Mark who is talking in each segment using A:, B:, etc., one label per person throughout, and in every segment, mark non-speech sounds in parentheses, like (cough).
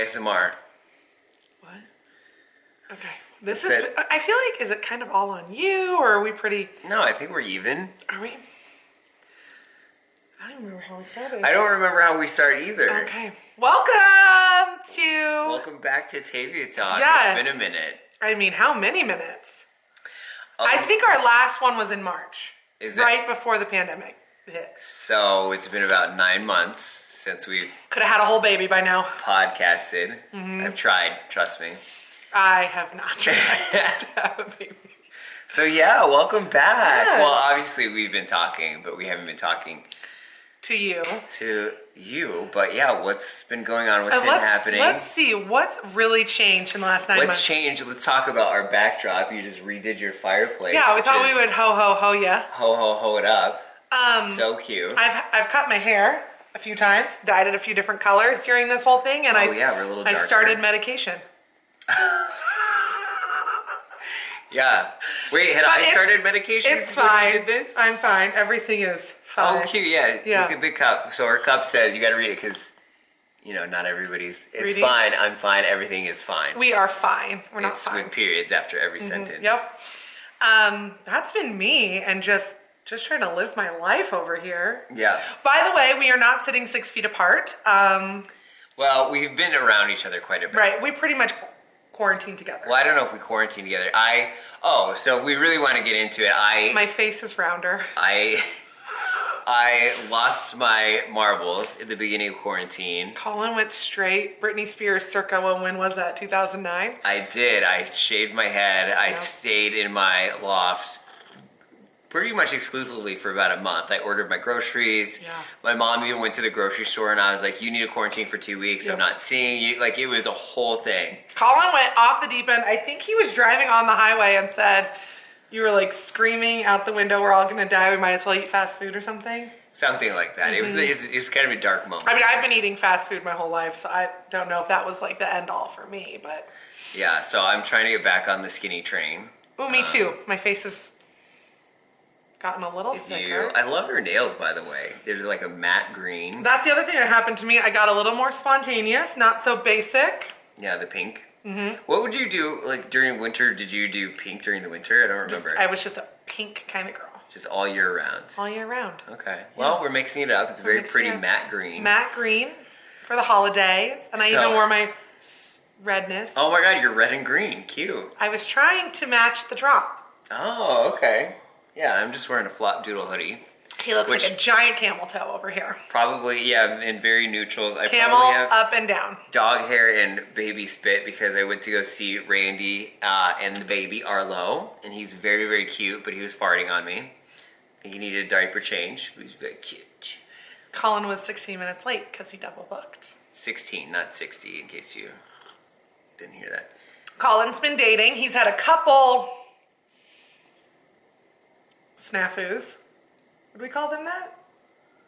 A: ASMR.
B: What? Okay. This is.
A: That-
B: I feel like is it kind of all on you, or are we pretty?
A: No, I think we're even.
B: Are we? I don't remember how we started.
A: I don't remember how we start either.
B: Okay. Welcome to.
A: Welcome back to Tavia Talk.
B: Yeah.
A: It's been a minute.
B: I mean, how many minutes? I
A: Um,
B: think our last one was in March,
A: Is that-
B: right before the pandemic hit.
A: So it's been about nine months since we've
B: Could have had a whole baby by now.
A: podcasted.
B: Mm-hmm.
A: I've tried, trust me.
B: I have not (laughs) tried
A: (laughs)
B: to have a baby.
A: So yeah, welcome back.
B: Yes.
A: Well, obviously we've been talking, but we haven't been talking
B: To you.
A: to you. But yeah, what's been going on? What's
B: And
A: been
B: let's,
A: happening?
B: Let's see Uh, what's really changed in the last 9
A: Let's
B: months.
A: change. Let's talk about our backdrop. You just redid your fireplace.
B: Yeah, we
A: which
B: thought
A: is
B: we would ho ho ho yeah.
A: ho ho ho it up.
B: Um,
A: so cute.
B: I've I've cut my hair a few times, dyed it a few different colors during this whole thing, and I
A: Oh, yeah, we're a little
B: I
A: darker.
B: started medication.
A: (laughs) yeah. Wait, had
B: But
A: I
B: it's-
A: started medication?
B: It's
A: before you
B: fine.
A: Did this?
B: I'm fine. Everything is
A: oh,
B: fine.
A: cute. Yeah.
B: Yeah.
A: Look at the cup. So our cup says you got to read it because you know not everybody's. It's
B: Reading?
A: fine. I'm fine. Everything is fine.
B: We are fine. We're not
A: it's
B: fine. Mm-hmm.
A: with periods after every sentence.
B: Yep. Um, that's been me and just just trying to live my life over here.
A: Yeah.
B: By the way, we are not sitting six feet apart. Um,
A: Well, we've been around each other quite a bit.
B: right. We pretty much quarantine together.
A: Well, I don't know if we quarantined together. I oh, so if we really want to get into it, I
B: My face is rounder.
A: I (laughs) I lost my marbles at the beginning of quarantine.
B: Colin went straight Britney Spears circa when, when was that? 2009?
A: I did. I shaved my head. I
B: Yeah.
A: stayed in my loft pretty much exclusively for about a month. I ordered my groceries.
B: Yeah.
A: My mom even went to the grocery store and I was like, You need to quarantine for two weeks.
B: Yep.
A: I'm not seeing you. Like, it was a whole thing.
B: Colin went off the deep end. I think he was driving on the highway and said, You were like screaming out the window, we're all gonna die, we might as well eat fast food or something.
A: Something like that. It, was,
B: Mm-hmm.
A: it, was, it was kind of a dark moment.
B: I mean, I've been eating fast food my whole life, so I don't know if that was like the end all for me, but.
A: yeah, so I'm trying to get back on the skinny train.
B: Ooh, me too. My face has gotten a little
A: You,
B: thicker.
A: I love your nails, by the way. They're like a matte green.
B: That's the other thing that happened to me. I got a little more spontaneous, not so basic.
A: Yeah, the pink. Mm-hmm. What would you do like during winter? Did you do pink during the winter? I don't
B: Just,
A: remember.
B: I was just a pink kind of girl
A: Just all year round.
B: all year round.
A: Okay. Well, we're mixing it up. It's very
B: mixing
A: pretty
B: it up.
A: matte green.
B: Matte green for the holidays, and I
A: So-
B: even wore my s- redness.
A: Oh my god, you're red and green. Cute.
B: I was trying to match the drop.
A: Oh, okay. Yeah, I'm just wearing a flop doodle hoodie.
B: He looks
A: Which-
B: like a giant camel toe over here.
A: Probably, yeah, in very neutrals. I
B: Camel uh,
A: probably have
B: up and down.
A: dog hair and baby spit because I went to go see Randy uh, and the baby Arlo, and he's very, very cute, but he was farting on me. I think he needed a diaper change. He was very cute.
B: Colin was 16 minutes late because he double booked.
A: 16, not 60, in case you didn't hear that.
B: Colin's been dating. He's had a couple snafus. Would we call them that?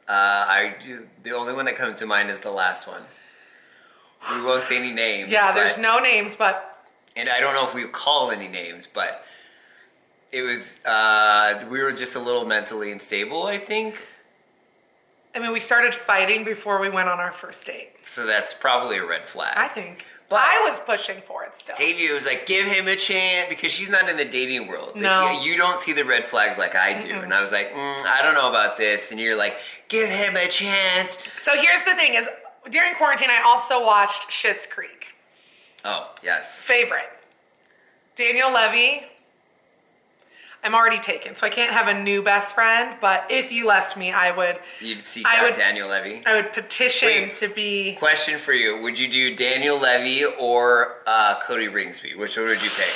A: Uh, I the only one that comes to mind is the last one. We won't say any names.
B: Yeah, there's
A: but-
B: no names, but
A: And I don't know if we call any names, but it was uh, we were just a little mentally unstable, I think.
B: I mean, we started fighting before we went on our first date.
A: So that's probably a red flag.
B: I think.
A: But-
B: I was pushing for it still.
A: Davey was like, give him a chance because she's not in the dating world. Like,
B: No.
A: you, you don't see the red flags like I do. And I was like, mm, I don't know about this. And you're like, give him a chance.
B: So here's the thing: is during quarantine, I also watched Schitt's Creek.
A: Oh, yes.
B: Favorite, Daniel Levy. I'm already taken, so I can't have a new best friend. But if you left me, I would.
A: You'd see
B: I
A: out
B: would-
A: Daniel Levy.
B: I would petition
A: Wait.
B: to be.
A: Question for you: Would you do Daniel Levy or uh, Cody Ringsby? Which one would you pick?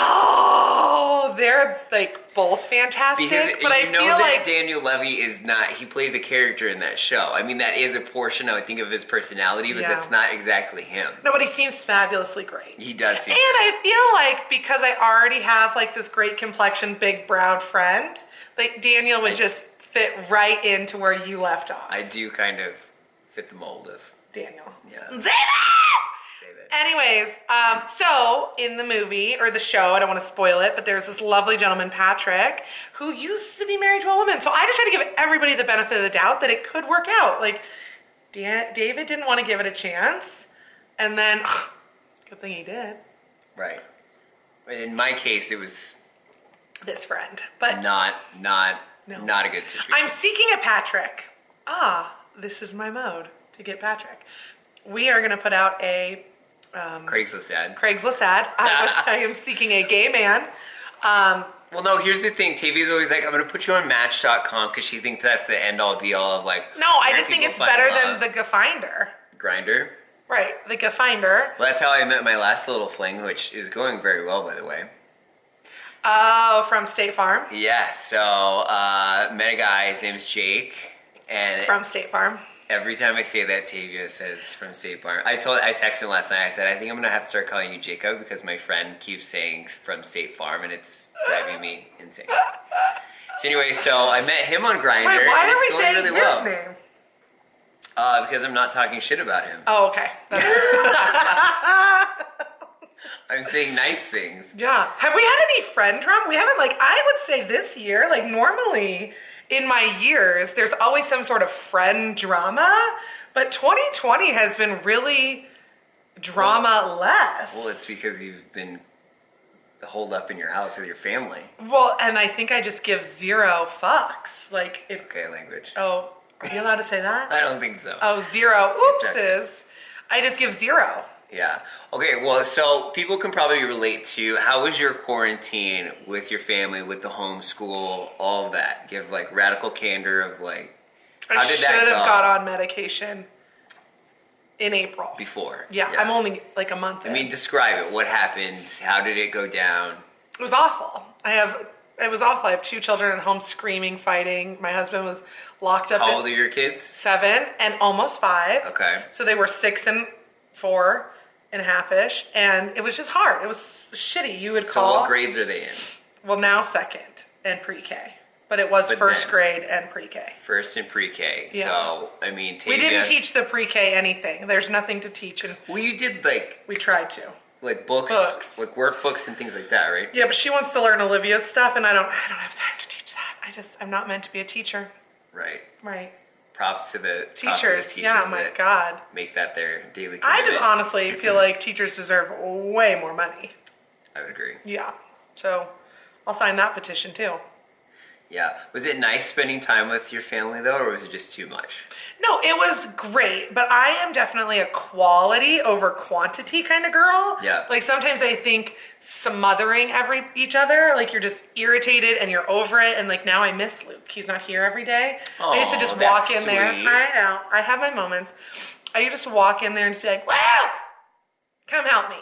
B: Oh, they're like both fantastic,
A: Because
B: but I
A: you know
B: feel
A: that
B: like
A: Daniel Levy is not—he plays a character in that show. I mean, that is a portion I would think of his personality, but
B: Yeah.
A: that's not exactly him.
B: nobody seems fabulously great.
A: He does seem.
B: And I feel like because I already have like this great complexion, big browed friend, like Daniel would just fit right into where you left off.
A: I do kind of fit the mold of
B: Daniel.
A: Yeah.
B: David!
A: David.
B: Anyways, um, so in the movie or the show, I don't want to spoil it, but there's this lovely gentleman, Patrick, who used to be married to a woman. So I just try to give everybody the benefit of the doubt that it could work out. Like, Da- David didn't want to give it a chance, and then (sighs) good thing he did.
A: Right. In my case, it was
B: This friend, but
A: not not
B: No.
A: not a good situation.
B: I'm seeking a Patrick. Ah, this is my mode to get Patrick. We are going to put out a
A: Craigslist ad.
B: Craigslist ad. I, I am seeking a gay man. Um,
A: Well, no. Here's the thing. Tavia's always like, "I'm going to put you on Match.com" because she thinks that's the end all be all of like.
B: no, I just think it's better than the Finder.
A: grinder.
B: Right, the Finder.
A: Well, that's how I met my last little fling, which is going very well, by the way.
B: Oh, from State Farm.
A: Yeah. So uh, met a guy. His name's Jake. And
B: From State Farm.
A: every time I say that, Tavia says from State Farm. I told I texted him last night. I said I think I'm gonna have to start calling you Jacob because my friend keeps saying from State Farm, and it's driving me insane. So anyway, so I met him on Grinder.
B: Wait, why are we saying his name?
A: Uh, because I'm not talking shit about him.
B: Oh, okay. (laughs) That's,
A: I'm saying nice things.
B: yeah. Have we had any friend drama? We haven't. Like, I would say this year. Like, normally in my years, there's always some sort of friend drama, but 2020 has been really drama less.
A: Well, it's because you've been holed up in your house with your family.
B: Well, and I think I just give zero fucks. Like, if
A: Okay, language.
B: oh, are you allowed to say that?
A: I don't think so.
B: Oh, zero. Oopses.
A: Exactly.
B: I just give zero.
A: Yeah. Okay, well, so people can probably relate to how was your quarantine with your family, with the homeschool, all of that? Give like radical candor of like,
B: I
A: how did
B: should
A: that
B: have
A: go
B: got on medication in April.
A: before?
B: yeah, I'm only like a month.
A: I mean, describe it. What happened? How did it go down?
B: it was awful. I have it was awful. I have two children at home screaming, fighting. My husband was locked up
A: How
B: at
A: old are your kids?
B: seven and almost five.
A: Okay.
B: So they were six and four and a half ish, and it was just hard. It was shitty. You would
A: So,
B: call
A: what grades are they in?
B: well now second and pre-K, but it was
A: But
B: first
A: then-
B: grade and pre-K.
A: First and pre K.
B: Yeah.
A: So, I mean,
B: We
A: Tavia-
B: didn't teach the pre-K anything. There's nothing to teach, and
A: Well, you did like
B: we tried to.
A: like books,
B: Books.
A: like workbooks and things like that, right?
B: Yeah, but she wants to learn Olivia's stuff, and I don't. I don't have time to teach that. I just. I'm not meant to be a teacher.
A: Right.
B: Right.
A: Props to the props to the
B: Teachers. yeah.
A: teachers
B: My
A: that
B: God.
A: Make that their daily.
B: I just
A: commitment.
B: honestly feel like teachers deserve way more money.
A: I would agree.
B: Yeah. So, I'll sign that petition too.
A: Yeah. Was it nice spending time with your family though, or was it just too much?
B: No, it was great, but I am definitely a quality over quantity kind of girl.
A: Yeah.
B: Like sometimes I think smothering every each other, like you're just irritated and you're over it. And like now I miss Luke. He's not here every day. I used to
A: Aw,
B: just
A: that's
B: walk in there.
A: sweet.
B: I know. I have my moments. I used to just walk in there and just be like, Luke, come help me.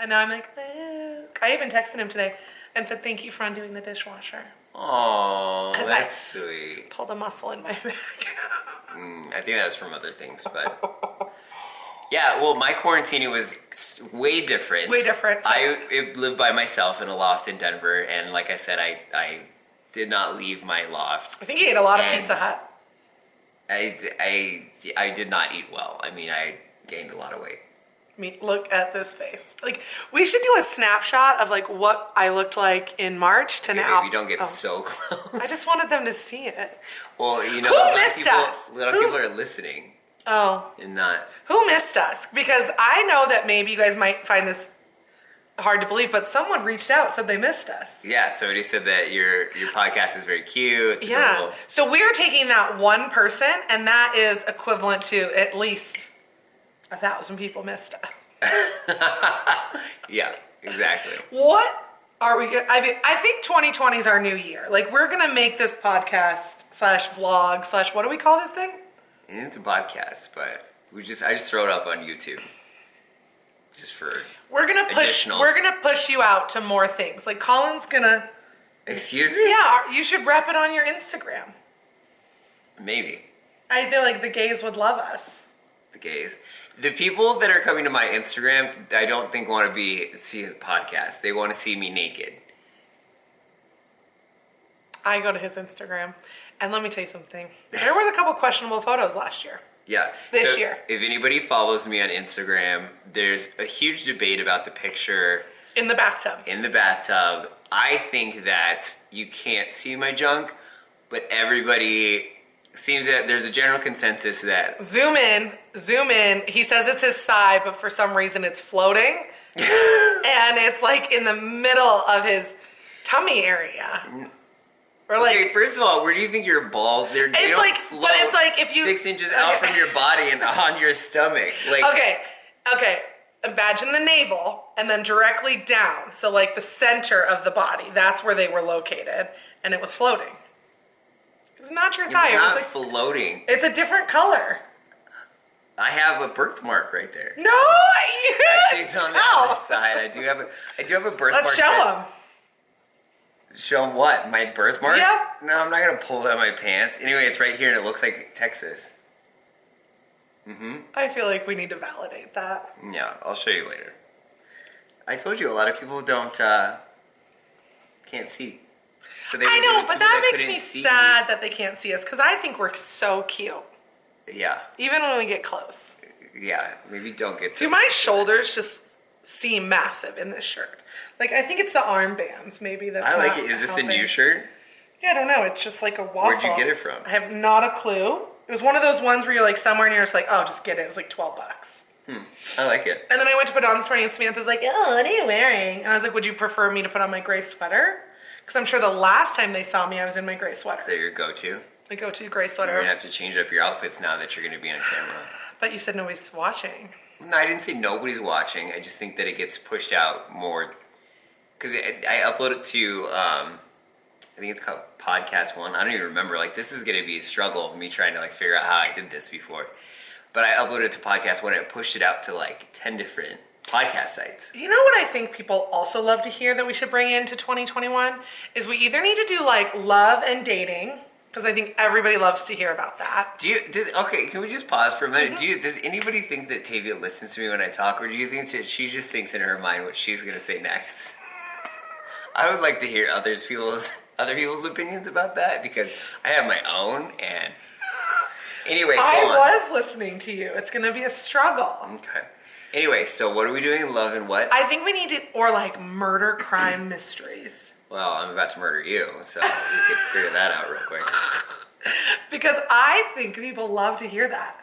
B: And now I'm like, Luke. I even texted him today and said, thank you for undoing the dishwasher.
A: Oh,
B: 'Cause
A: that's
B: I-
A: sweet.
B: Pulled a muscle in my (laughs) back.
A: Mm, I think that was from other things, but (laughs) yeah. Well, my quarantine was s- way different.
B: Way different, so-
A: I it, lived by myself in a loft in Denver, and like I said, I I did not leave my loft.
B: I think he ate a lot of
A: And-
B: Pizza Hut.
A: I I I did not eat well. I mean, I gained a lot of weight.
B: I mean, look at this face. Like, we should do a snapshot of like what I looked like in March to now.
A: If you don't get
B: Oh.
A: so (laughs) close.
B: I just wanted them to see it.
A: Well, you know,
B: Who
A: a lot of
B: missed
A: people,
B: us?
A: A lot of
B: Who-
A: people are listening
B: Oh,
A: and not.
B: who missed us? Because I know that maybe you guys might find this hard to believe, but someone reached out said they missed us.
A: Yeah, somebody said that your your podcast is very cute. It's
B: Yeah.
A: adorable.
B: So we're taking that one person, and that is equivalent to at least a thousand people missed us.
A: yeah, exactly.
B: What are we? gonna- I mean, I think 2020 is our new year. Like, we're gonna make this podcast slash vlog slash what do we call this thing?
A: And it's a podcast, but we just I just throw it up on YouTube, just for
B: We're gonna push.
A: Additional.
B: We're gonna push you out to more things. Like Colin's gonna.
A: excuse me.
B: Yeah, you should rep it on your Instagram.
A: Maybe
B: I feel like the gays would love us.
A: the gays, the people that are coming to my Instagram, I don't think want to be see his podcast. They want to see me naked.
B: I go to his Instagram, and let me tell you something. There was a couple questionable photos last year.
A: Yeah.
B: This
A: So,
B: year.
A: If anybody follows me on Instagram, there's a huge debate about the picture
B: In the bathtub.
A: in the bathtub. I think that you can't see my junk, but everybody seems that there's a general consensus that
B: Zoom in, zoom in. He says it's his thigh, but for some reason it's floating. and it's like in the middle of his tummy area. Or (laughs) like
A: okay, first of all, where do you think your balls? They're they
B: It's
A: don't
B: like-
A: float
B: but it's like if you-
A: six inches out
B: okay.
A: from your body and on your stomach. Like
B: Okay, okay. Imagine the navel and then directly down. So like the center of the body. That's where they were located. And it was floating. It was not your
A: it's
B: thigh. It was,
A: not
B: like
A: floating.
B: it's a different color.
A: I have a birthmark right there.
B: No, you
A: Actually, it's on the
B: tell.
A: other side. I do have a I do have a birthmark.
B: Let's show
A: that-
B: them.
A: Show 'em what? My birthmark?
B: Yep.
A: No, I'm not gonna pull it out of my pants. Anyway, it's right here and it looks like Texas.
B: I feel like we need to validate that.
A: Yeah, I'll show you later. I told you a lot of people don't uh, can't see. So they
B: I
A: were really
B: know, but
A: people
B: that makes
A: couldn't
B: me
A: see.
B: sad that they can't see us because I think we're so cute,
A: Yeah,
B: even when we get close.
A: yeah. Maybe don't get
B: Do
A: to.
B: my shoulders just seem massive in this shirt? Like I think it's the armbands, maybe that's.
A: I like
B: not
A: it. Is this a
B: helping.
A: new shirt?
B: Yeah, I don't know. It's just like a waffle.
A: Where'd you get it from?
B: I have not a clue. It was one of those ones where you're like somewhere and you're just like, oh, just get it. It was like twelve bucks.
A: I like it.
B: And then I went to put it on this morning, and Samantha's like, "Oh, what are you wearing?" And I was like, "Would you prefer me to put on my gray sweater?" Because I'm sure the last time they saw me, I was in my gray sweater.
A: So your go-to.
B: I go to gray
A: You're
B: sweater,
A: gonna have to change up your outfits now that you're gonna be on camera.
B: but you said nobody's watching.
A: No, I didn't say nobody's watching. I just think that it gets pushed out more because I upload it to. Um, I think it's called Podcast One. I don't even remember. Like this is gonna be a struggle of me trying to like figure out how I did this before. But I uploaded it to Podcast One and it pushed it out to like ten different podcast sites.
B: You know what I think people also love to hear that we should bring into 2021 is we either need to do like love and dating because I think everybody loves to hear about that.
A: Do you? Does okay? Can we just pause for a
B: Mm-hmm.
A: minute? Do you? Does anybody think that Tavia listens to me when I talk, or do you think that she just thinks in her mind what she's gonna say next? I would like to hear others people's other people's opinions about that because I have my own. And anyway, go
B: I
A: on.
B: was listening to you. It's going to be a struggle.
A: Okay. Anyway, so what are we doing? Love and what?
B: I think we need to or like murder
A: (clears throat)
B: crime mysteries
A: well, I'm about to murder you, so we could figure that out real quick.
B: because I think people love to hear that.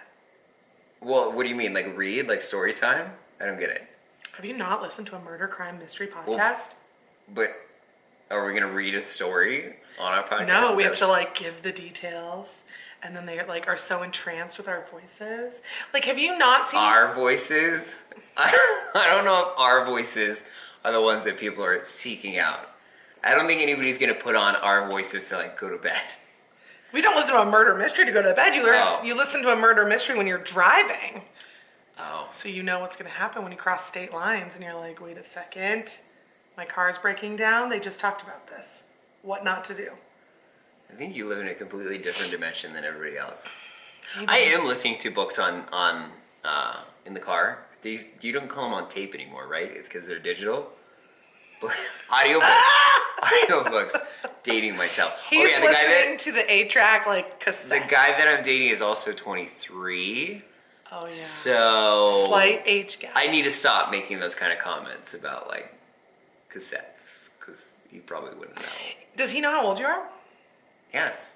A: Well, what do you mean? Like read? Like story time? I don't get it.
B: Have you not listened to a murder crime mystery podcast?
A: But are we gonna read a story on our podcast?
B: No, we have
A: So-
B: to like give the details, and then they like are so entranced with our voices. Like, have you not seen?
A: our voices. (laughs) I don't, I don't know if our voices are the ones that people are seeking out. I don't think anybody's gonna put on our voices to like go to bed.
B: we don't listen to a murder mystery to go to bed. You learn.
A: Oh.
B: You listen to a murder mystery when you're driving,
A: Oh,
B: so you know what's going to happen when you cross state lines, and you're like, wait a second, my car's breaking down. They just talked about this. What not to do?
A: Oh, I think you live in a completely different dimension than everybody else. I am listening to books on on uh, in the car. These you don't call them on tape anymore, right? It's because they're digital. (laughs) Audio
B: (laughs)
A: audiobooks. Dating myself.
B: He's
A: oh yeah, the guy
B: listening
A: that
B: to the eight track like
A: the
B: cassette.
A: guy that I'm dating is also 23.
B: oh yeah.
A: So
B: Slight age gap.
A: I need to stop making those kind of comments about like cassettes because you probably wouldn't know.
B: Does he know how old you are?
A: Yes,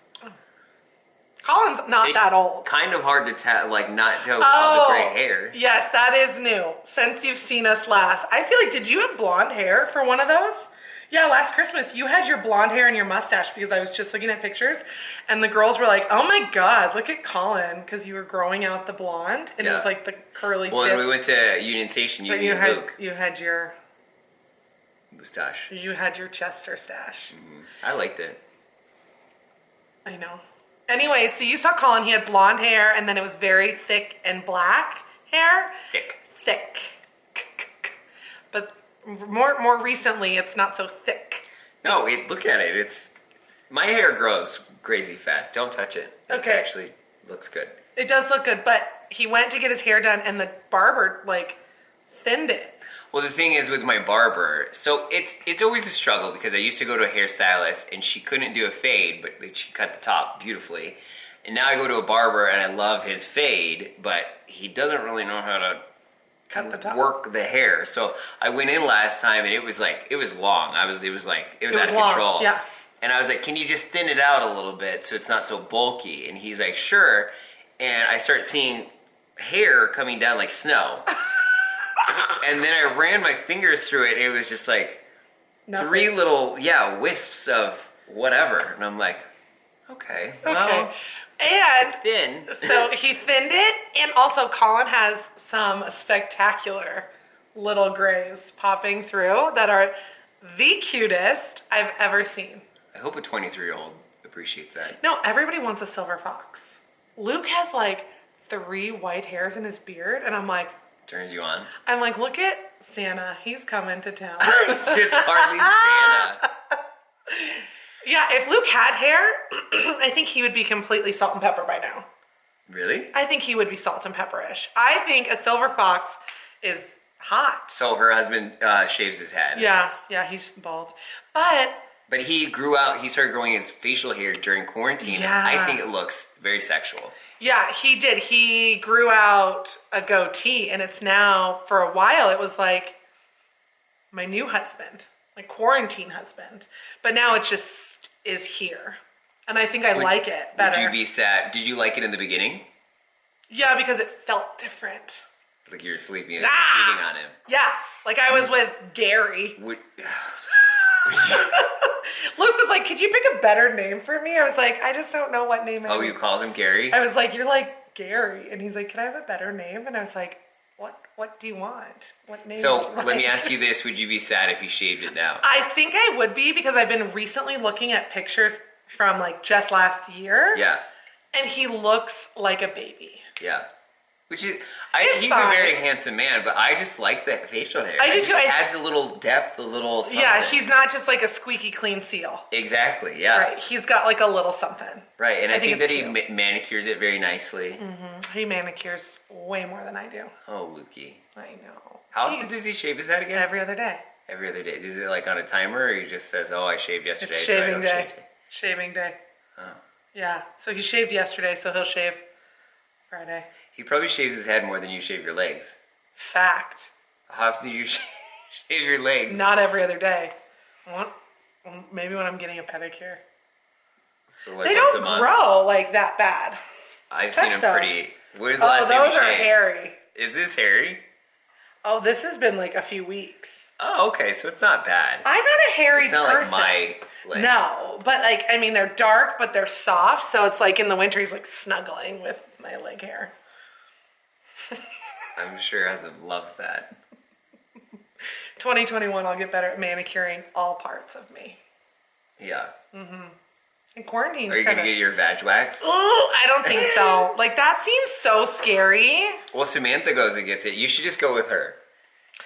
B: Colin's not
A: It's
B: that old.
A: Kind of hard to tell, like not tell all the
B: Oh,
A: gray hair.
B: Yes, that is new. Since you've seen us last, I feel like did you have blonde hair for one of those? Yeah, last Christmas you had your blonde hair and your mustache because I was just looking at pictures, and the girls were like, "Oh my god, look at Colin," because you were growing out the blonde and it was
A: Yeah.
B: like the curly
A: Well,
B: tips.
A: when we went to Union Station, you
B: but you
A: and
B: had
A: Luke
B: you had your
A: mustache.
B: you had your Chester stash.
A: I liked it.
B: I know. Anyway, so you saw Colin. He had blonde hair, and then it was very thick and black hair.
A: Thick.
B: thick. But more more recently, it's not so thick.
A: No, it, look at it. It's my hair grows crazy fast. Don't touch it. It
B: Okay.
A: actually looks good.
B: It does look good, but he went to get his hair done, and the barber like thinned it.
A: Well, the thing is with my barber, so it's it's always a struggle because I used to go to a hairstylist and she couldn't do a fade, but like, she cut the top beautifully. And now I go to a barber and I love his fade, but he doesn't really know how to
B: Cut the top.
A: work the hair. So I went in last time and it was like it was long. I was it was like it was,
B: It was
A: out of
B: long,
A: control.
B: yeah.
A: And I was like, can you just thin it out a little bit so it's not so bulky? And he's like, sure. And I start seeing hair coming down like
B: (laughs)
A: snow. and then I ran my fingers through it, and it was just like
B: Nothing.
A: three little, yeah, wisps of whatever. And I'm like, okay, well,
B: Okay. And
A: thin.
B: so he thinned it, and also Colin has some spectacular little grays popping through that are the cutest I've ever seen.
A: I hope a 23 year old appreciates that.
B: No, everybody wants a silver fox. Luke has like three white hairs in his beard, and I'm like,
A: Turns you on. (laughs)
B: I'm like, look at Santa, he's coming to town.
A: it's, it's hardly Santa.
B: yeah, if Luke had hair, (clears throat) I think he would be completely salt and pepper by now.
A: Really?
B: I think he would be salt and pepperish. I think a silver fox is hot.
A: So her husband uh, shaves his head.
B: Yeah, yeah, he's bald. But
A: But he grew out, he started growing his facial hair during quarantine.
B: Yeah.
A: I think it looks very sexual.
B: yeah, he did. He grew out a goatee, and it's now, for a while, it was like my new husband, my quarantine husband. But now it just is here. And I think I like it better.
A: Would you be sad? Did you like it in the beginning?
B: yeah, because it felt different.
A: Like you were sleeping and
B: Ah!
A: cheating on him.
B: Yeah, like I was with Gary.
A: Would,
B: Luke was like, "Could you pick a better name for me?" I was like, "I just don't know what name." I
A: oh,
B: would
A: you called him Gary?
B: I was like, "You're like Gary," and he's like, "Can I have a better name?" And I was like, "What? What do you want? What name?" would
A: So
B: you
A: let me
B: like?"
A: ask you this Would you be sad if he shaved it
B: (laughs)
A: now?
B: I think I would be because I've been recently looking at pictures from like just last year.
A: Yeah,
B: and he looks like a baby.
A: yeah. Which is, I,
B: It's
A: he's
B: fine.
A: a very handsome man, but I just like that facial hair.
B: I do
A: It just
B: too. I-
A: adds a little depth, a little something.
B: Yeah, he's not just like a squeaky clean seal.
A: Exactly, yeah.
B: Right, he's got like a little something.
A: Right, and
B: I
A: I,
B: think
A: think,
B: it's Mm.
A: that he ma- manicures it very nicely.
B: He manicures way more than I do.
A: Oh, Lukey.
B: I know.
A: How
B: He-
A: often does he shave his head again?
B: every other day?
A: Every other day. Is it like on a timer or he just says, oh, I shaved yesterday?
B: It's
A: so I
B: shaving
A: don't
B: day.
A: shave today?
B: Shaving day.
A: Oh.
B: Yeah. So he shaved yesterday, so he'll shave Friday.
A: He probably shaves his head more than you shave your legs.
B: Fact.
A: How often do you (laughs) sh- shave your legs?
B: Not every other day. Well, Maybe when I'm getting a pedicure.
A: So like
B: They
A: once
B: don't
A: a month.
B: grow like that bad.
A: I've
B: Touch
A: seen him
B: those.
A: pretty. Where's the
B: Oh,
A: last time you
B: those are
A: shaved?
B: hairy.
A: Is this hairy?
B: Oh, this has been like a few weeks.
A: Oh, okay, so it's not bad.
B: I'm not a hairy
A: It's not
B: person.
A: like my leg.
B: no, but like I mean, they're dark, but they're soft. So it's like in the winter, he's like snuggling with my leg hair.
A: I'm sure your husband loves that.
B: 2021, I'll get better at manicuring all parts of me.
A: Yeah.
B: And quarantine.
A: Are you
B: just
A: going to
B: kinda-
A: get your vag wax?
B: Oh, I don't think so. Like that seems so scary.
A: Well, Samantha goes and gets it. You should just go with her.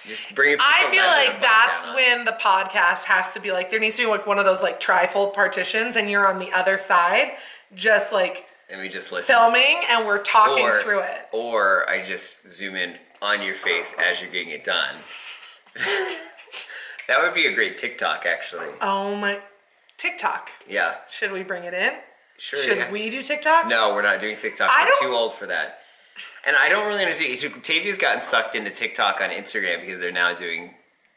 A: Just bring it.
B: I feel like that's
A: when.
B: when the podcast has to be like there needs to be like one of those like trifold partitions and you're on the other side just like
A: and we just listen.
B: filming and we're talking
A: or,
B: through it.
A: Or I just zoom in on your face as you're getting it done. (laughs) that would be a great TikTok, actually.
B: Oh my TikTok.
A: Yeah,
B: Should we bring it in?
A: sure.
B: Should
A: yeah.
B: we do TikTok?
A: No, we're not doing TikTok.
B: I
A: we're
B: don't-
A: too old for that. And I don't really understand. so Tavia's gotten sucked into TikTok on Instagram because they're now doing.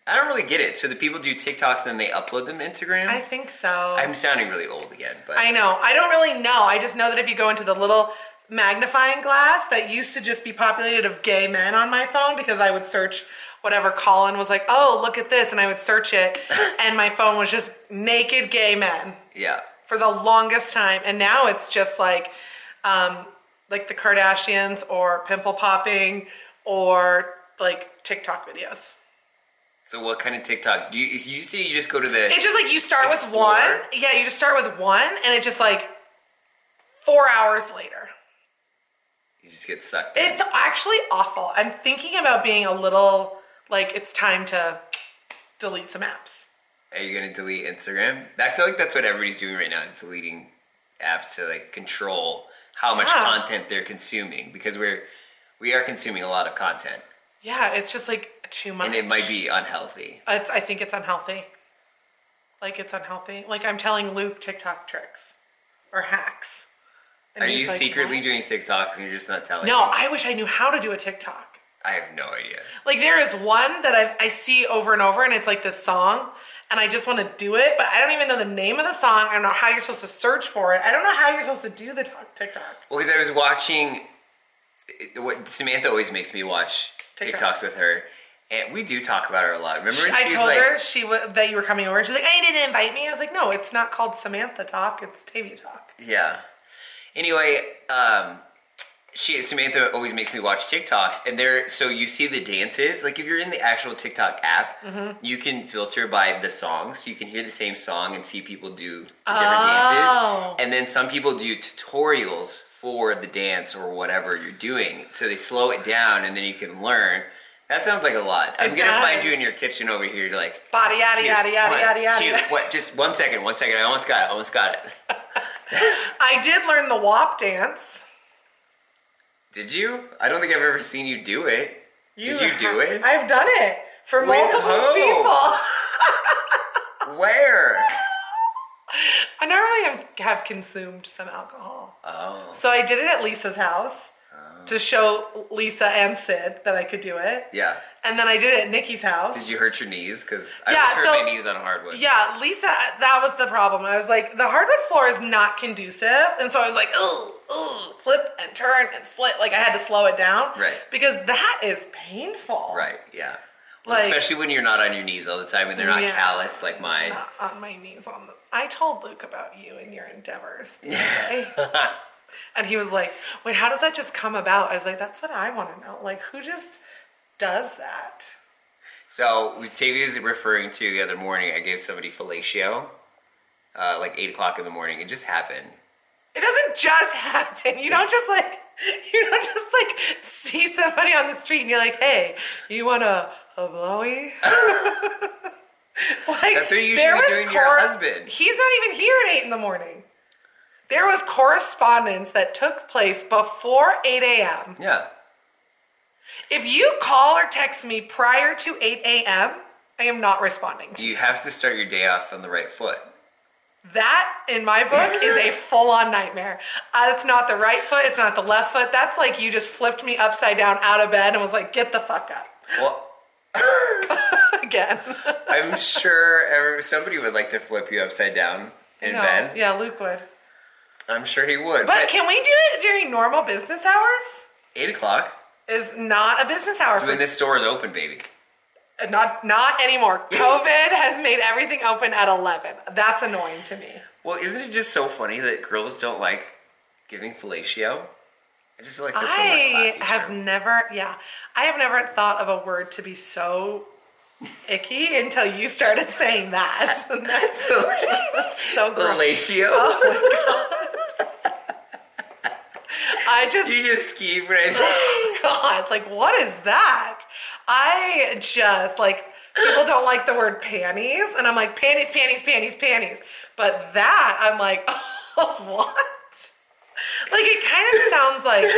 A: I don't really get it. So the people do TikToks, then they upload them to Instagram.
B: I think so.
A: I'm sounding really old again, but
B: I know. I don't really know. I just know that if you go into the little magnifying glass that used to just be populated of gay men on my phone because I would search whatever Colin was like, oh, look at this. And I would search it. and my phone was just naked gay men
A: yeah.
B: for the longest time. And now it's just like, um, like the Kardashians or pimple popping or like TikTok videos.
A: So what kind of TikTok do you? You say you just go to the
B: It's just like you start with
A: Explore.
B: one. Yeah, you just start with one and it just like four hours later.
A: you just get sucked. in.
B: It's actually awful. I'm thinking about being a little like it's time to delete some apps.
A: Are you gonna delete Instagram? I feel like that's what everybody's doing right now is deleting apps to like control how much
B: Yeah.
A: content they're consuming because we're we are consuming a lot of content
B: Yeah, it's just like too much.
A: and it might be unhealthy.
B: It's, I think it's unhealthy. Like it's unhealthy. Like I'm telling Luke TikTok tricks or hacks. And
A: Are
B: he's
A: you
B: like,
A: secretly
B: "What?"
A: doing TikToks and you're just not telling?
B: No,
A: me?
B: I wish I knew how to do a TikTok.
A: I have no idea.
B: Like there is one that I've, I see over and over, and it's like this song, and I just want to do it, but I don't even know the name of the song. I don't know how you're supposed to search for it. I don't know how you're supposed to do the tok- TikTok.
A: Well, because I was watching. it- What Samantha always makes me watch
B: TikToks.
A: TikToks, with her, and we do talk about her a lot. Remember, when
B: I
A: she's
B: told
A: like,
B: her she wa that you were coming over. She's like, I didn't invite me. I was like, No, it's not called Samantha Talk. It's Tavia Talk.
A: Yeah. Anyway, um, she Samantha always makes me watch TikToks, and there. So you see the dances. Like if you're in the actual TikTok app,
B: Mm-hmm.
A: you can filter by the songs. So you can hear the same song and see people do the different
B: Oh.
A: dances. And then some people do tutorials for the dance or whatever you're doing. So they slow it down, and then you can learn. That sounds like a lot. I'm
B: It
A: gonna find you
B: does.
A: in your kitchen over here, like
B: Body yada
A: two,
B: yada yada
A: one,
B: yada yada.
A: two, what? Just one second, one second. I almost got it. Almost got it.
B: (laughs) I did learn the WAP dance.
A: Did you? I don't think I've ever seen you do it. Did you do it?
B: I've done it for
A: With
B: multiple
A: who?
B: people. (laughs)
A: Where?
B: I normally am- have consumed some alcohol.
A: Oh.
B: So I did it at Lisa's house to show Lisa and Sid that I could do it.
A: Yeah.
B: And then I did it at Nikki's house.
A: Did you hurt your knees? Because I
B: Yeah,
A: always hurt
B: so-
A: my knees on hardwood.
B: Yeah, Lisa, that was the problem. I was like, the hardwood floor is not conducive. And so I was like, ooh, ooh, flip and turn and split. Like I had to slow it down.
A: Right.
B: Because that is painful.
A: Right. Yeah.
B: Like-
A: Especially when you're not on your knees all the time and they're not
B: Yeah.
A: callous like mine.
B: Not Uh, on my knees on the. I told Luke about you and your endeavors
A: (laughs)
B: the other day. and he was like, wait, how does that just come about? I was like, that's what I want to know. Like, who just does that?
A: So Tavia is referring to the other morning. I gave somebody fellatio, uh, like eight o'clock in the morning. It just happened.
B: It doesn't just happen. You don't just like (laughs) you don't just like see somebody on the street and you're like, hey, you want a a blowy? (laughs) like
A: That's what you should
B: there
A: be
B: was
A: doing to your husband.
B: He's not even here at eight in the morning. There was correspondence that took place before 8 a.m.
A: Yeah.
B: If you call or text me prior to 8 a.m., I am not responding to you.
A: You have to start your day off on the right foot.
B: That, in my book, is
A: (laughs)
B: a full on nightmare. Uh, it's not the right foot, it's not the left foot. That's like you just flipped me upside down out of bed and was like, get the fuck up (laughs)
A: Well,
B: again. (laughs)
A: I'm sure every, somebody would like to flip you upside down in
B: No.
A: bed.
B: Yeah, Luke would.
A: I'm sure he would.
B: But can we do it during normal business hours?
A: eight o'clock.
B: Is not a business hour
A: When
B: for
A: this store is open, baby.
B: not not
A: (laughs)
B: anymore. COVID has made everything open at eleven. That's annoying to me.
A: Well, isn't it just so funny that girls don't like giving fellatio? I just feel like that's
B: I
A: a more classy
B: have
A: term.
B: never, yeah, I have never thought of a word to be so icky until you started saying that. (laughs)
A: (laughs)
B: That's so gross.
A: fellatio.
B: (laughs) I just,
A: You just skied when I said
B: (laughs) God, like, what is that? I just, like, people don't like the word panties, and I'm like, panties, panties, panties, panties. But that, I'm like, (laughs) what? Like, it kind of sounds like,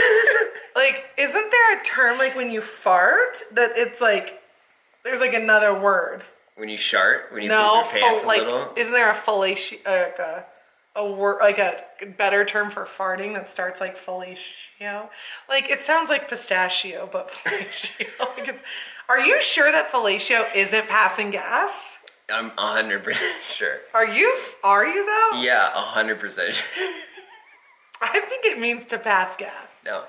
B: like, isn't there a term, like, when you fart, that it's like, there's like another word?
A: (laughs) when you shart when you
B: No,
A: poop your pants a
B: fel- like,
A: little.
B: isn't there a fellatio, like a, a word, like a better term for farting that starts like fellatio? Like, it sounds like pistachio, but (laughs) fellatio. like it's, are you sure that fellatio isn't passing gas?
A: I'm hundred percent (laughs) sure.
B: Are you, are you though?
A: Yeah, hundred percent.
B: I think it means to pass
A: (laughs)
B: gas.
A: No,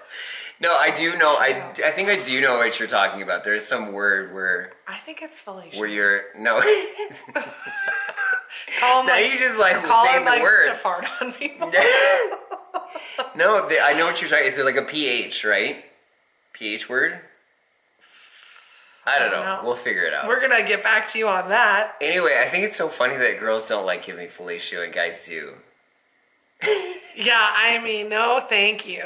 A: no, I do know. I, I think I do know what you're talking about. There is some word where
B: I think it's fellatio.
A: where you're no. (laughs) it's
B: (laughs) Call 'em,
A: Now
B: like,
A: you just, like, saying
B: Colin
A: the
B: likes
A: word.
B: to fart
A: (laughs)
B: on people.
A: no, the, I know what you're talking. It's like a ph, right? Ph word. I don't know.
B: No.
A: We'll figure it out.
B: We're gonna get back to you on that.
A: anyway, I think it's so funny that girls don't like giving fellatio and guys do.
B: Yeah, I mean, no, thank you.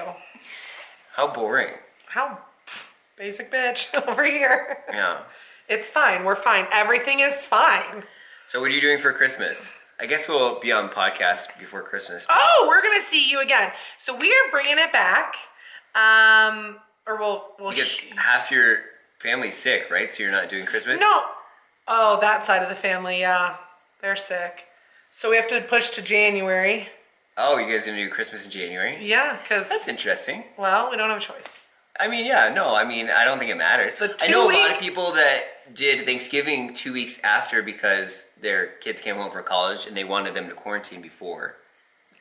A: How boring.
B: How pff, basic bitch (laughs) over here.
A: Yeah.
B: It's fine. We're fine. Everything is fine.
A: So what are you doing for Christmas? I guess we'll be on podcast before Christmas.
B: Oh, we're gonna see you again. So we are bringing it back. Um, or we'll we'll.
A: Because
B: sh-
A: half your family's sick, right? So you're not doing Christmas.
B: no. Oh, that side of the family. Yeah, they're sick. So we have to push to January.
A: Oh, you guys gonna do Christmas in January?
B: Yeah, because
A: That's interesting.
B: well, we don't have a choice.
A: I mean, yeah, no, I mean, I don't think it matters.
B: The
A: I know a lot
B: two-week-
A: of people that did Thanksgiving two weeks after because their kids came home for college and they wanted them to quarantine before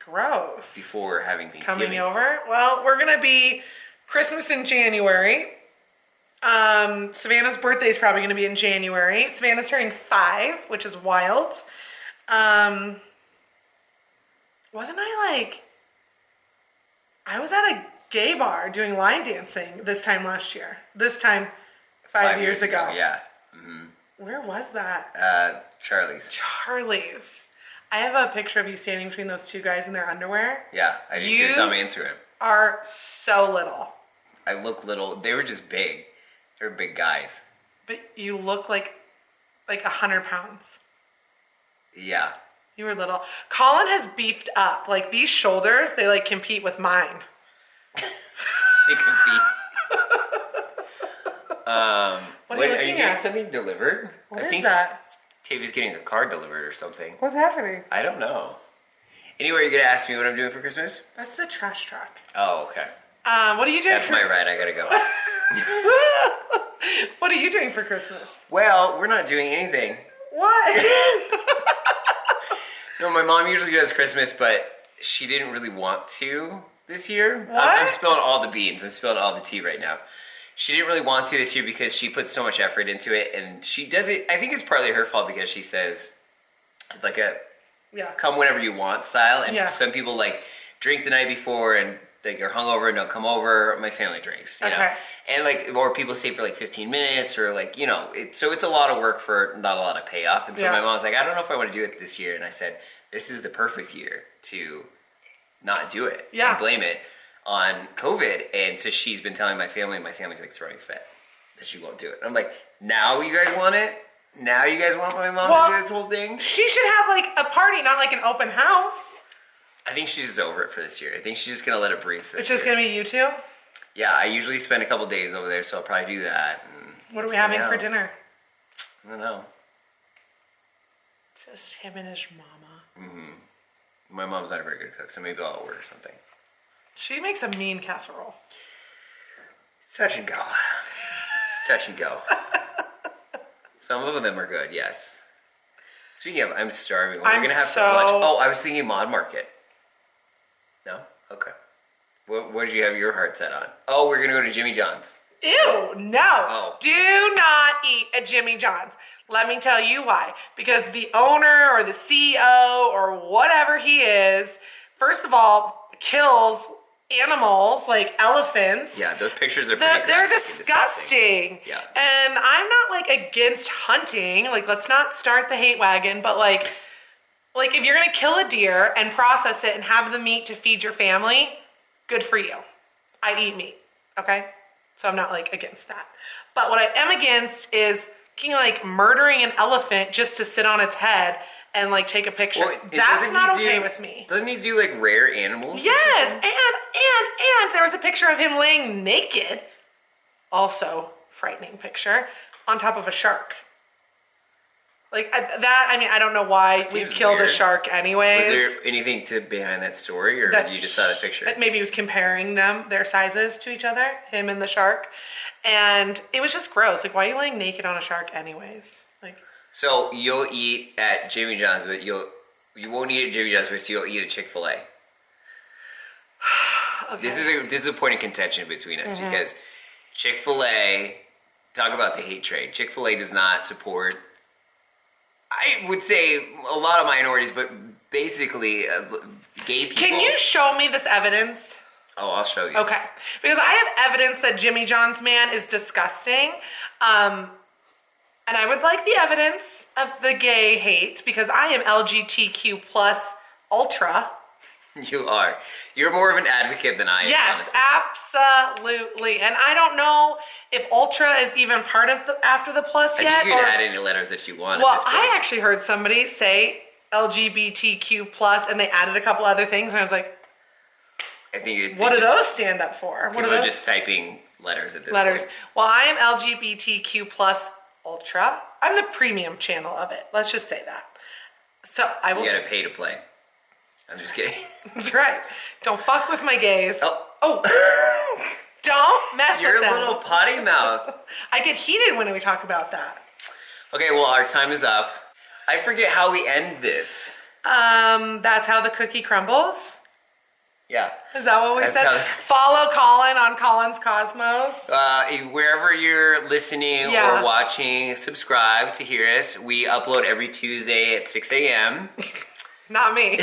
B: Gross.
A: before having Thanksgiving.
B: coming over. Well, we're gonna be Christmas in January. Um, Savannah's birthday is probably gonna be in January. Savannah's turning five, which is wild. Um, wasn't I like? I was at a gay bar doing line dancing this time last year. This time, five, years, ago.
A: Yeah,
B: Where was that?
A: uh, Charlie's.
B: Charlie's. I have a picture of you standing between those two guys in their underwear.
A: Yeah, I just it's
B: You-
A: on my Instagram.
B: Are so little.
A: I look little. They were just big. They were big guys.
B: But you look like like a hundred pounds.
A: Yeah, (laughs)
B: You were little. Colin has beefed up. Like these shoulders, they like compete with mine.
A: it
B: (laughs)
A: could be. um,
B: What are you looking
A: you
B: at?
A: getting something delivered?
B: What
A: I
B: is
A: think
B: that?
A: Tavi's getting a car delivered or something.
B: What's happening?
A: I don't know. Anyway, you're gonna ask me what I'm doing for Christmas?
B: That's the trash truck.
A: Oh, okay.
B: Um, what are you doing?
A: That's
B: for-
A: my ride. I gotta go.
B: (laughs) what are you doing for Christmas?
A: well, we're not doing anything.
B: What?
A: No, my mom usually does Christmas, but she didn't really want to this year. I'm- I'm,
B: What?
A: spilling all the beans. I'm spilling all the tea right now. She didn't really want to this year because she put so much effort into it, and she does it. I think it's partly her fault because she says, like a
B: yeah.
A: come whenever you want style, and
B: Yeah.
A: some people like drink the night before and like are hungover and don't come over. My family drinks, you know,
B: Okay.
A: and like or people stay for like 15 minutes or like you know, it, so it's a lot of work for not a lot of payoff. And so
B: Yeah.
A: my mom's like, I don't know if I want to do it this year, and I said, this is the perfect year to not do it. and
B: Yeah.
A: blame it on COVID, and so she's been telling my family, and my family's like throwing a fit that she won't do it. I'm like, now you guys want it. Now you guys want my mom
B: Well-
A: to do this whole thing?
B: She should have like a party, not like an open house.
A: I think she's just over it for this year. I think she's just gonna let it breathe. For
B: It's
A: this
B: just
A: year.
B: gonna be you two.
A: Yeah, I usually spend a couple days over there, so I'll probably do that. and
B: What are
A: just
B: we
A: hang
B: having for
A: out.
B: dinner?
A: I don't know.
B: Just him and his mama.
A: My mom's not a very good cook, so maybe I'll order something.
B: She makes a mean casserole.
A: It's touch and go. It's touch and
B: (laughs)
A: go. Some of them are good, yes. Speaking of, I'm starving. We're
B: I'm
A: gonna have
B: so-
A: some lunch. Oh, I was thinking Mod Market. No, okay. What, what did you have your heart set on? Oh, we're gonna go to Jimmy John's.
B: Ew, no.
A: Oh.
B: Do not eat at Jimmy John's. Let me tell you why. Because the owner or the CEO or whatever he is, first of all, kills animals like elephants.
A: Yeah, those pictures are.
B: They're,
A: pretty
B: they're
A: graphic and
B: disgusting.
A: Yeah.
B: And I'm not like against hunting. Like, let's not start the hate wagon, but like, like if you're gonna kill a deer and process it and have the meat to feed your family, good for you. I eat meat. Okay. So I'm not like against that. But what I am against is fucking, like murdering an elephant just to sit on its head and like take a picture.
A: Well, it-
B: That's
A: doesn't
B: not
A: he do-
B: okay with me.
A: Doesn't he do like rare animals?
B: Yes, and and and there was a picture of him laying naked, also frightening picture, on top of a shark. Like I- that. I mean, I don't know why we
A: Seems
B: killed
A: weird.
B: a shark,
A: Was
B: anyways.
A: there anything to behind that story, or
B: That-
A: you just saw the picture?
B: Maybe he was comparing them, their sizes to each other, him and the shark, and it was just gross. Like, why are you laying naked on a shark, anyways? Like,
A: So you'll eat at Jimmy John's, but you'll you won't eat at Jimmy John's, but you'll eat at Chick Fil A.
B: okay. Mm-hmm.
A: This is a this is a point of contention between us because Chick Fil A talk about the hate trade. Chick Fil A does not support. I would say a lot of minorities, but basically uh, gay people.
B: Can you show me this evidence?
A: oh, I'll show you.
B: Okay, because I have evidence that Jimmy John's man is disgusting, um, and I would like the evidence of the gay hate because I am LGBTQ plus ultra.
A: (laughs) You are. You're more of an advocate than I am.
B: Yes,
A: honestly.
B: absolutely, and I don't know if ultra is even part of the, after the plus
A: I
B: yet.
A: think you can
B: or-
A: add any letters that you want. at
B: well,
A: this point.
B: I actually heard somebody say LGBTQ plus, and they added a couple other things, and I was like,
A: I think it,
B: "What
A: they
B: do
A: just-
B: those stand up for? What
A: People
B: are
A: are
B: those?"
A: just typing letters at this
B: letters.
A: point.
B: Well, I am LGBTQ plus ultra. I'm the premium channel of it. Let's just say that. So I will.
A: You gotta
B: s-
A: pay to play.
B: (laughs)
A: I'm just kidding.
B: That's right. Don't fuck with my gays.
A: Oh.
B: oh. (laughs) Don't mess
A: You're a
B: with them.
A: little potty mouth.
B: I get heated when we talk about that.
A: Okay, well, our time is up. I forget how we end this.
B: Um, that's how the cookie crumbles.
A: Yeah.
B: Is that what we
A: That's
B: said?
A: how-
B: Follow Colin on Colin's Cosmos.
A: Uh, wherever you're listening
B: Yeah.
A: or watching, subscribe to hear us. We upload every Tuesday at 6 a.m.
B: Not me.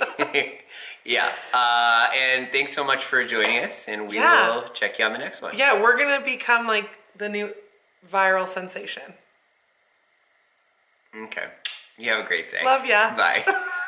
A: (laughs)
B: (laughs)
A: yeah. Uh, and thanks so much for joining us, and we
B: Yeah.
A: will check you on the next one.
B: yeah, we're gonna become like the new viral sensation.
A: Okay. You have a great day.
B: Love ya.
A: Bye. (laughs)